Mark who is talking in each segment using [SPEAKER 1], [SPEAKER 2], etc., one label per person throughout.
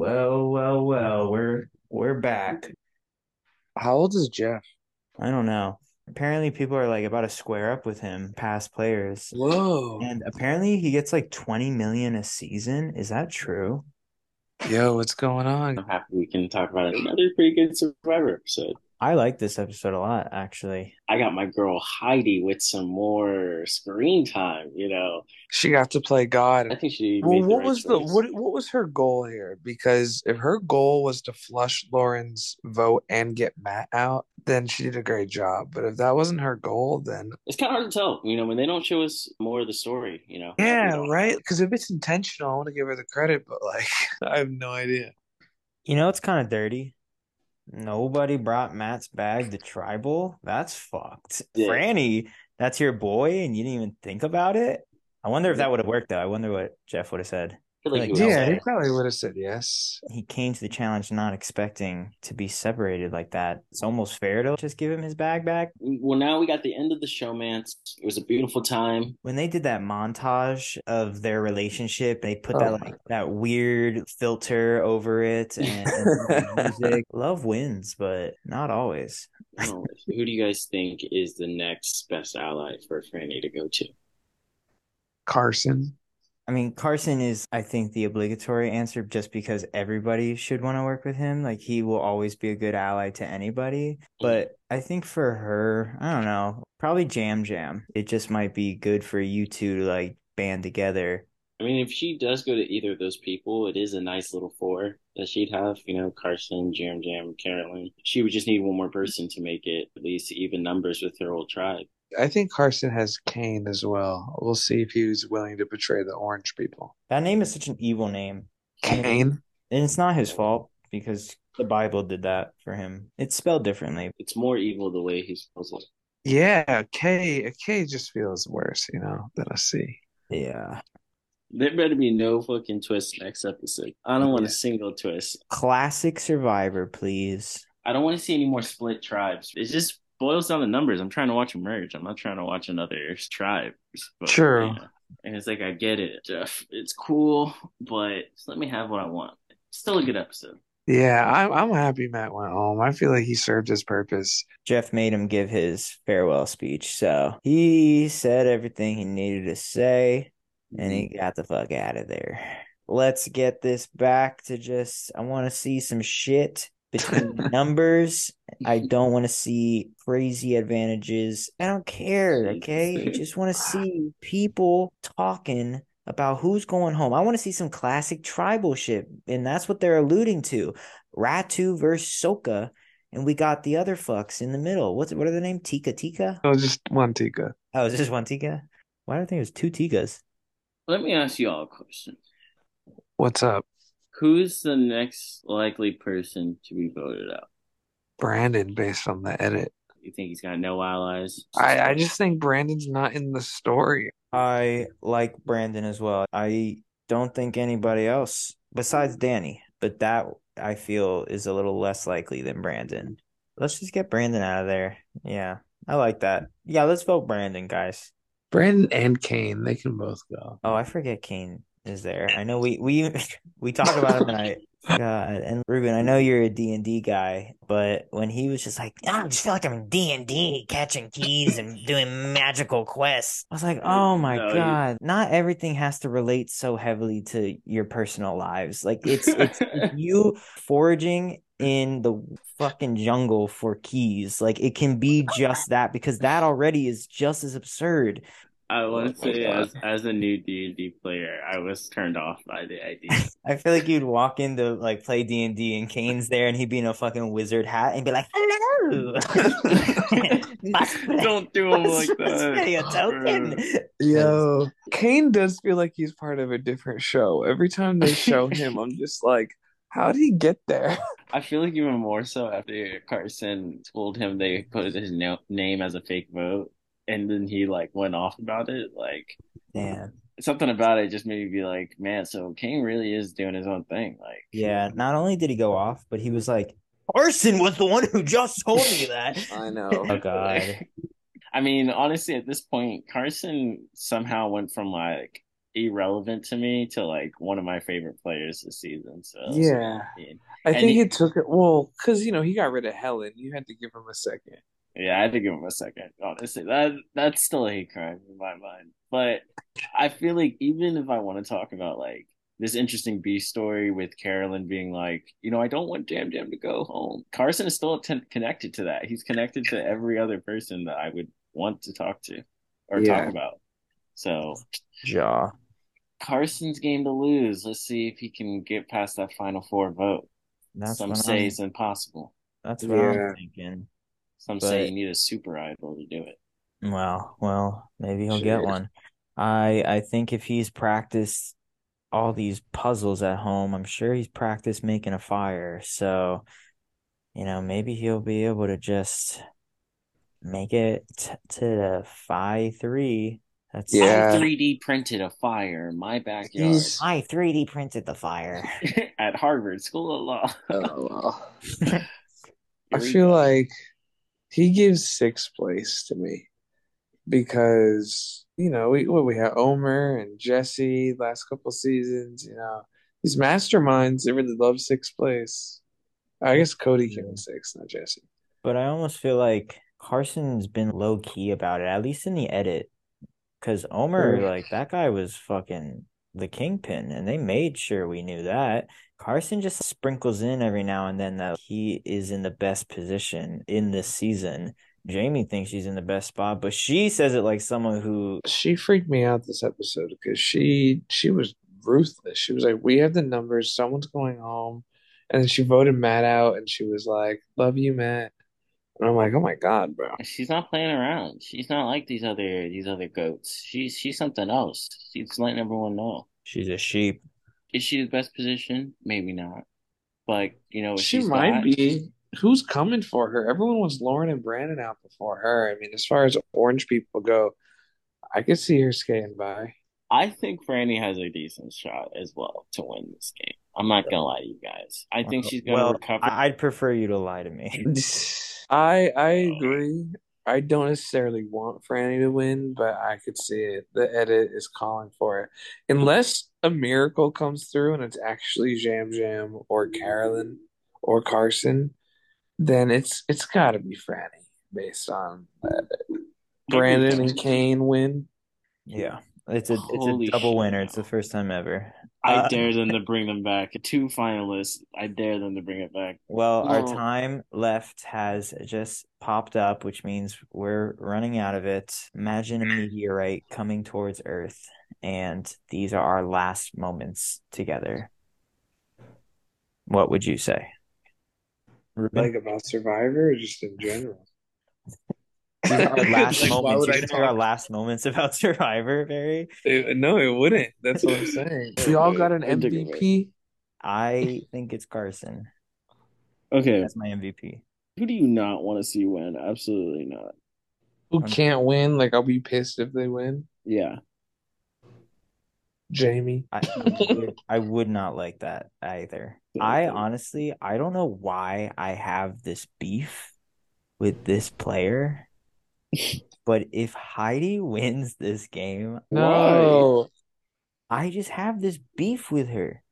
[SPEAKER 1] Well, well, well, we're we're back.
[SPEAKER 2] How old is Jeff?
[SPEAKER 1] I don't know. Apparently people are like about to square up with him, past players.
[SPEAKER 2] Whoa.
[SPEAKER 1] And apparently he gets like 20 million a season. Is that true?
[SPEAKER 2] Yo, what's going
[SPEAKER 3] I'm
[SPEAKER 2] on?
[SPEAKER 3] happy we can talk about another pretty good Survivor episode.
[SPEAKER 1] I like this episode a lot, actually.
[SPEAKER 3] I got my girl Heidi with some more screen time. You know,
[SPEAKER 2] She got to play
[SPEAKER 3] I
[SPEAKER 2] God.
[SPEAKER 3] think she.
[SPEAKER 2] Well,
[SPEAKER 3] made
[SPEAKER 2] what
[SPEAKER 3] right
[SPEAKER 2] was the
[SPEAKER 3] choice.
[SPEAKER 2] what what was her goal here? Because if her goal was to flush Lauren's vote and get Matt out, then she did a great job. But if that wasn't her goal, then
[SPEAKER 3] It's kind of hard to tell. You know, when they don't show us more of the story. You know.
[SPEAKER 2] yeah,
[SPEAKER 3] You know.
[SPEAKER 2] right. Because if it's intentional, I want to give her the credit, but like I have no idea.
[SPEAKER 1] You know it's kind of dirty. Nobody brought Matt's bag to tribal. That's fucked.
[SPEAKER 3] Yeah.
[SPEAKER 1] Franny, that's your boy, and you didn't even think about it. I wonder if that would have worked though. I wonder what Jeff would have said.
[SPEAKER 3] I feel like
[SPEAKER 1] Like,
[SPEAKER 3] he was
[SPEAKER 2] Yeah,
[SPEAKER 3] upset.
[SPEAKER 2] he probably would have said yes.
[SPEAKER 1] He came to the challenge not expecting to be separated like that. It's almost fair to just give him his bag back.
[SPEAKER 3] Well, now we got the end of the showmance. It was a beautiful time.
[SPEAKER 1] When they did that montage of their relationship, they put that
[SPEAKER 2] Oh.
[SPEAKER 1] like that weird filter over it and, and music. Love wins, but not always.
[SPEAKER 3] I don't know, Who do you guys think is the next best ally for Franny to go to?
[SPEAKER 2] Carson.
[SPEAKER 1] I mean, Carson is, I think, the obligatory answer just because everybody should want to work with him. Like, he will always be a good ally to anybody. But I think for her, I don't know, probably Jam Jam. It just might be good for you two to like band together.
[SPEAKER 3] I mean, if she does go to either of those people, it is a nice little four that she'd have. You know, Carson, Jam Jam, Carolyn. She would just need one more person to make it at least even numbers with her old tribe.
[SPEAKER 2] I think Carson has Kane as well. We'll see if he's willing to betray the orange people.
[SPEAKER 1] That name is such an evil name.
[SPEAKER 2] Kane?
[SPEAKER 1] And it's not his fault because the Bible did that for him. It's spelled differently.
[SPEAKER 3] It's more evil the way he smells like.
[SPEAKER 2] Yeah, K a K just feels worse, you know, than a C.
[SPEAKER 1] Yeah.
[SPEAKER 3] There better be no fucking twist next episode. I don't want
[SPEAKER 2] Yeah.
[SPEAKER 3] a single twist.
[SPEAKER 1] Classic Survivor, please.
[SPEAKER 3] I don't want to see any more split tribes. It just boils down to numbers. I'm trying to watch a merge. I'm not trying to watch another tribe. But,
[SPEAKER 2] True.
[SPEAKER 3] know. And it's like I get it, Jeff. It's cool, but just let me have what I want. Still a good episode.
[SPEAKER 2] Yeah, I'm I'm happy Matt went home. I feel like he served his purpose.
[SPEAKER 1] Jeff made him give his farewell speech. So he said everything he needed to say and he got the fuck out of there. Let's get this back to just, I want to see some shit between the numbers. I don't want to see crazy advantages. I don't care. Okay. I just want to see people talking about who's going home. I want to see some classic tribal shit. And that's what they're alluding to Ratu versus Soka. And we got the other fucks in the middle. What's what are the name? Tika Tika?
[SPEAKER 2] It was just one Tika.
[SPEAKER 1] Oh, is this one Tika? Why do I think it was two Tikas?
[SPEAKER 3] Let me ask you all a question.
[SPEAKER 2] What's up?
[SPEAKER 3] Who's the next likely person to be voted out?
[SPEAKER 2] Brandon based on the edit.
[SPEAKER 3] You think he's got no allies?
[SPEAKER 2] I, I just think Brandon's not in the story.
[SPEAKER 1] I like Brandon as well. I don't think anybody else besides Danny, but that I feel is a little less likely than Brandon. Let's just get Brandon out of there. Yeah, I like that. Yeah, let's vote Brandon, guys.
[SPEAKER 2] Brandon and Kane, they can both go.
[SPEAKER 1] Oh, I forget Kane is there. I know we we we talk about him and I God and Ruben, I know you're a D and D guy, but when he was just like, "Ah, I just feel like I'm in D and D catching keys and doing magical quests. I was like, oh my
[SPEAKER 3] No, you-
[SPEAKER 1] god, not everything has to relate so heavily to your personal lives. Like it's it's you foraging in the fucking jungle for keys. Like it can be just that because that already is just as absurd.
[SPEAKER 3] I want to
[SPEAKER 2] Oh my
[SPEAKER 3] say,
[SPEAKER 2] God.
[SPEAKER 3] as, as a new D and D player, I was turned off by the idea.
[SPEAKER 1] I feel like you'd walk into like play D and D and Kane's there and he'd be in a fucking wizard hat and be like, "Hello, must play-
[SPEAKER 3] Don't do him like
[SPEAKER 1] must- must play a
[SPEAKER 3] that.
[SPEAKER 1] token."
[SPEAKER 2] Yo, Kane does feel like he's part of a different show. Every time they show him, I'm just like, how did he get there?
[SPEAKER 3] I feel like even more so after Carson told him they put his no- name as a fake vote, and then he like went off about it. Like
[SPEAKER 1] Damn.
[SPEAKER 3] something about it just made me be like, man, so Kane really is doing his own thing. Like,
[SPEAKER 1] Yeah. Not only did he go off, but he was like, "Arson was the one who just told me that."
[SPEAKER 2] I know.
[SPEAKER 1] Oh God.
[SPEAKER 3] I mean, honestly, at this point, Carson somehow went from like irrelevant to me to like one of my favorite players this season. So
[SPEAKER 2] Yeah.
[SPEAKER 3] I mean,
[SPEAKER 2] I
[SPEAKER 3] And
[SPEAKER 2] think
[SPEAKER 3] he-
[SPEAKER 2] it took it well because you know he got rid of Helen. You had to give him a second.
[SPEAKER 3] Yeah, I had to give him a second. Honestly, that that's still a hate crime in my mind. But I feel like even if I want to talk about like this interesting B story with Carolyn being like, you know, I don't want Jam Jam to go home. Carson is still t- connected to that. He's connected to every other person that I would want to talk to or
[SPEAKER 2] Yeah.
[SPEAKER 3] talk about. So
[SPEAKER 1] Jaw.
[SPEAKER 3] Carson's game to lose. Let's see if he can get past that final four vote.
[SPEAKER 1] That's
[SPEAKER 3] Some
[SPEAKER 1] what
[SPEAKER 3] say
[SPEAKER 1] I'm,
[SPEAKER 3] it's impossible.
[SPEAKER 1] that's what
[SPEAKER 2] Yeah.
[SPEAKER 1] I'm thinking.
[SPEAKER 3] Some say
[SPEAKER 1] But-
[SPEAKER 3] you need a super idol to do it.
[SPEAKER 1] Well, well, maybe he'll get
[SPEAKER 2] Shit.
[SPEAKER 1] one. I I think if he's practiced all these puzzles at home, I'm sure he's practiced making a fire. So, you know, maybe he'll be able to just make it t- to the five three. That's
[SPEAKER 2] Yeah.
[SPEAKER 3] I 3D printed a fire in my backyard
[SPEAKER 2] He's-
[SPEAKER 1] I 3D printed the fire.
[SPEAKER 3] at Harvard School of Law.
[SPEAKER 2] Oh well.
[SPEAKER 1] Here
[SPEAKER 2] I
[SPEAKER 3] Here we
[SPEAKER 2] feel
[SPEAKER 3] go.
[SPEAKER 2] like he gives sixth place to me because you know we what we had Omer and Jesse last couple seasons. You know these masterminds they really love sixth place. I guess Cody came in sixth, not Jesse.
[SPEAKER 1] But I almost feel like Carson's been low key about it, at least in the edit. Because Omer,
[SPEAKER 2] Sure.
[SPEAKER 1] like, that guy was fucking the kingpin, and they made sure we knew that. Carson just sprinkles in every now and then that he is in the best position in this season. Jamie thinks she's in the best spot, but she says it like someone who,
[SPEAKER 2] She freaked me out this episode because she she was ruthless. She was like, "We have the numbers. Someone's going home," and then she voted Matt out, and she was like, "Love you, Matt." And I'm like, "Oh my god, bro."
[SPEAKER 3] She's not playing around. She's not like these other these other goats. She's she's something else. She's letting everyone know.
[SPEAKER 1] she's a sheep.
[SPEAKER 3] Is she the best position? Maybe not. But you know, if
[SPEAKER 2] She
[SPEAKER 3] she's
[SPEAKER 2] might
[SPEAKER 3] not,
[SPEAKER 2] be. Who's coming for her? Everyone wants Lauren and Brandon out before her. I mean, as far as orange people go, I could see her skating by.
[SPEAKER 3] I think Franny has a decent shot as well to win this game. I'm not gonna lie to you guys. I
[SPEAKER 2] Uh,
[SPEAKER 3] think she's gonna
[SPEAKER 1] Well,
[SPEAKER 3] recover.
[SPEAKER 1] I- I'd prefer you to lie to me.
[SPEAKER 2] I I agree. I don't necessarily want Franny to win, but I could see it. The edit is calling for it. Unless a miracle comes through and it's actually Jam Jam or Carolyn or Carson, then it's it's gotta be Franny based on that. Brandon and Kane win.
[SPEAKER 1] Yeah. It's a it's
[SPEAKER 3] Holy
[SPEAKER 1] a double
[SPEAKER 3] shit.
[SPEAKER 1] winner. It's the first time ever.
[SPEAKER 3] I
[SPEAKER 1] Uh,
[SPEAKER 3] dare them to bring them back. Two finalists. I dare them to bring it back.
[SPEAKER 1] Well, our
[SPEAKER 3] No.
[SPEAKER 1] time left has just popped up, which means we're running out of it. Imagine a meteorite coming towards Earth, and these are our last moments together. What would you say? Ruben?
[SPEAKER 2] Like about Survivor or just in general?
[SPEAKER 1] these are our last
[SPEAKER 2] like, why
[SPEAKER 1] moments. You're
[SPEAKER 2] would I
[SPEAKER 1] gonna make our last moments about Survivor, Barry.
[SPEAKER 2] It- no, it wouldn't. That's what I'm saying. We all got an MVP.
[SPEAKER 1] I think it's Carson.
[SPEAKER 3] Okay.
[SPEAKER 1] That's my MVP.
[SPEAKER 3] Who do you not want to see win? Absolutely not.
[SPEAKER 2] Who can't win? Like I'll be pissed if they win.
[SPEAKER 3] Yeah.
[SPEAKER 2] Jamie.
[SPEAKER 1] I, I would- I would not like that either. I honestly, I don't know why I have this beef with this player, but if Heidi wins this game,
[SPEAKER 2] No.
[SPEAKER 1] I just have this beef with her.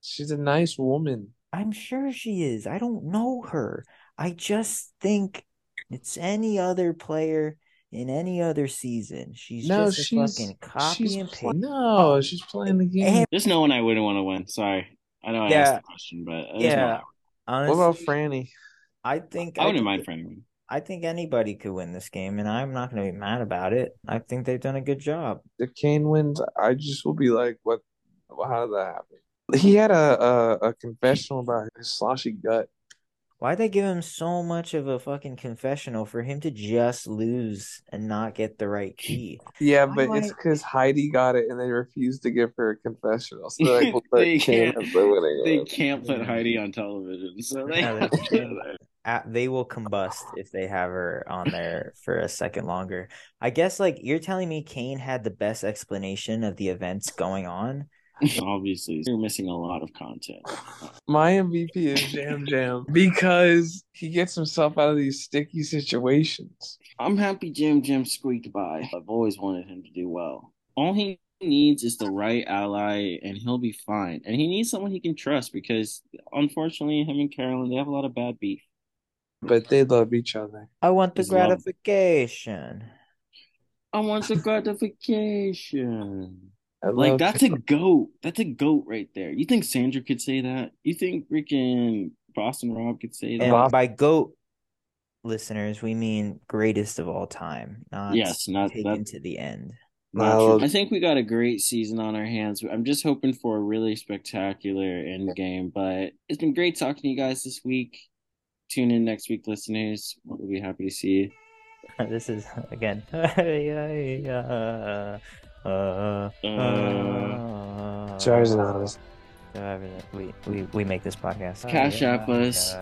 [SPEAKER 2] She's a nice woman.
[SPEAKER 1] I'm sure she is. I don't know her. I just think it's any other player in any other season. She's
[SPEAKER 2] No,
[SPEAKER 1] just a
[SPEAKER 2] she's-
[SPEAKER 1] fucking copy
[SPEAKER 2] she's
[SPEAKER 1] and
[SPEAKER 2] pl-
[SPEAKER 1] paste.
[SPEAKER 2] No, she's playing the game.
[SPEAKER 3] There's no one I wouldn't want to win. Sorry. I know I
[SPEAKER 1] Yeah.
[SPEAKER 3] asked the question, but there's
[SPEAKER 1] Yeah.
[SPEAKER 3] no one.
[SPEAKER 2] What
[SPEAKER 1] Honestly,
[SPEAKER 2] about Franny?
[SPEAKER 1] I think
[SPEAKER 3] I wouldn't
[SPEAKER 1] think
[SPEAKER 3] mind for anyone.
[SPEAKER 1] I think anybody could win this game, and I'm not going to be mad about it. I think they've done a good job.
[SPEAKER 2] If Kane wins, I just will be like, what? How did that happen? He had a a, a confessional about his sloshy gut.
[SPEAKER 1] Why'd they give him so much of a fucking confessional for him to just lose and not get the right key?
[SPEAKER 2] Yeah,
[SPEAKER 1] Why
[SPEAKER 2] but
[SPEAKER 1] do
[SPEAKER 2] it's
[SPEAKER 1] I-
[SPEAKER 2] because Heidi got it and they refused to give her a confessional. So they're like, well, but
[SPEAKER 3] They
[SPEAKER 2] Kane
[SPEAKER 3] can't-
[SPEAKER 2] is the winning
[SPEAKER 3] They
[SPEAKER 2] one.
[SPEAKER 3] can't put Heidi on television, so they
[SPEAKER 1] Yeah,
[SPEAKER 3] have
[SPEAKER 1] that's true.
[SPEAKER 3] to.
[SPEAKER 1] At, they will combust if they have her on there for a second longer. I guess, like, you're telling me Kane had the best explanation of the events going on?
[SPEAKER 3] Obviously, you're missing a lot of content.
[SPEAKER 2] My MVP is Jam Jam because he gets himself out of these sticky situations.
[SPEAKER 3] I'm happy Jim Jim squeaked by. I've always wanted him to do well. All he needs is the right ally, and he'll be fine. And he needs someone he can trust because, unfortunately, him and Carolyn they have a lot of bad beef.
[SPEAKER 2] but they love each other.
[SPEAKER 1] I want the
[SPEAKER 3] Just love-
[SPEAKER 1] gratification.
[SPEAKER 3] I want the gratification.
[SPEAKER 2] I
[SPEAKER 3] Like
[SPEAKER 2] love-
[SPEAKER 3] that's a goat. That's a goat right there. You think Sandra could say that? You think freaking Boston Rob could say that?
[SPEAKER 1] And
[SPEAKER 2] Bob-
[SPEAKER 1] by GOAT listeners, we mean greatest of all time, not
[SPEAKER 3] Yes, not
[SPEAKER 1] taken
[SPEAKER 3] that.
[SPEAKER 1] to the end.
[SPEAKER 2] Miles-
[SPEAKER 3] I think we got a great season on our hands. I'm just hoping for a really spectacular end game, but it's been great talking to you guys this week. Tune in next week, listeners. We'll be happy to see you.
[SPEAKER 1] This is again. uh, uh, uh,
[SPEAKER 3] Uh,
[SPEAKER 2] Sorry, it's not us.
[SPEAKER 1] However, we, we, we make this podcast.
[SPEAKER 3] Cash App us.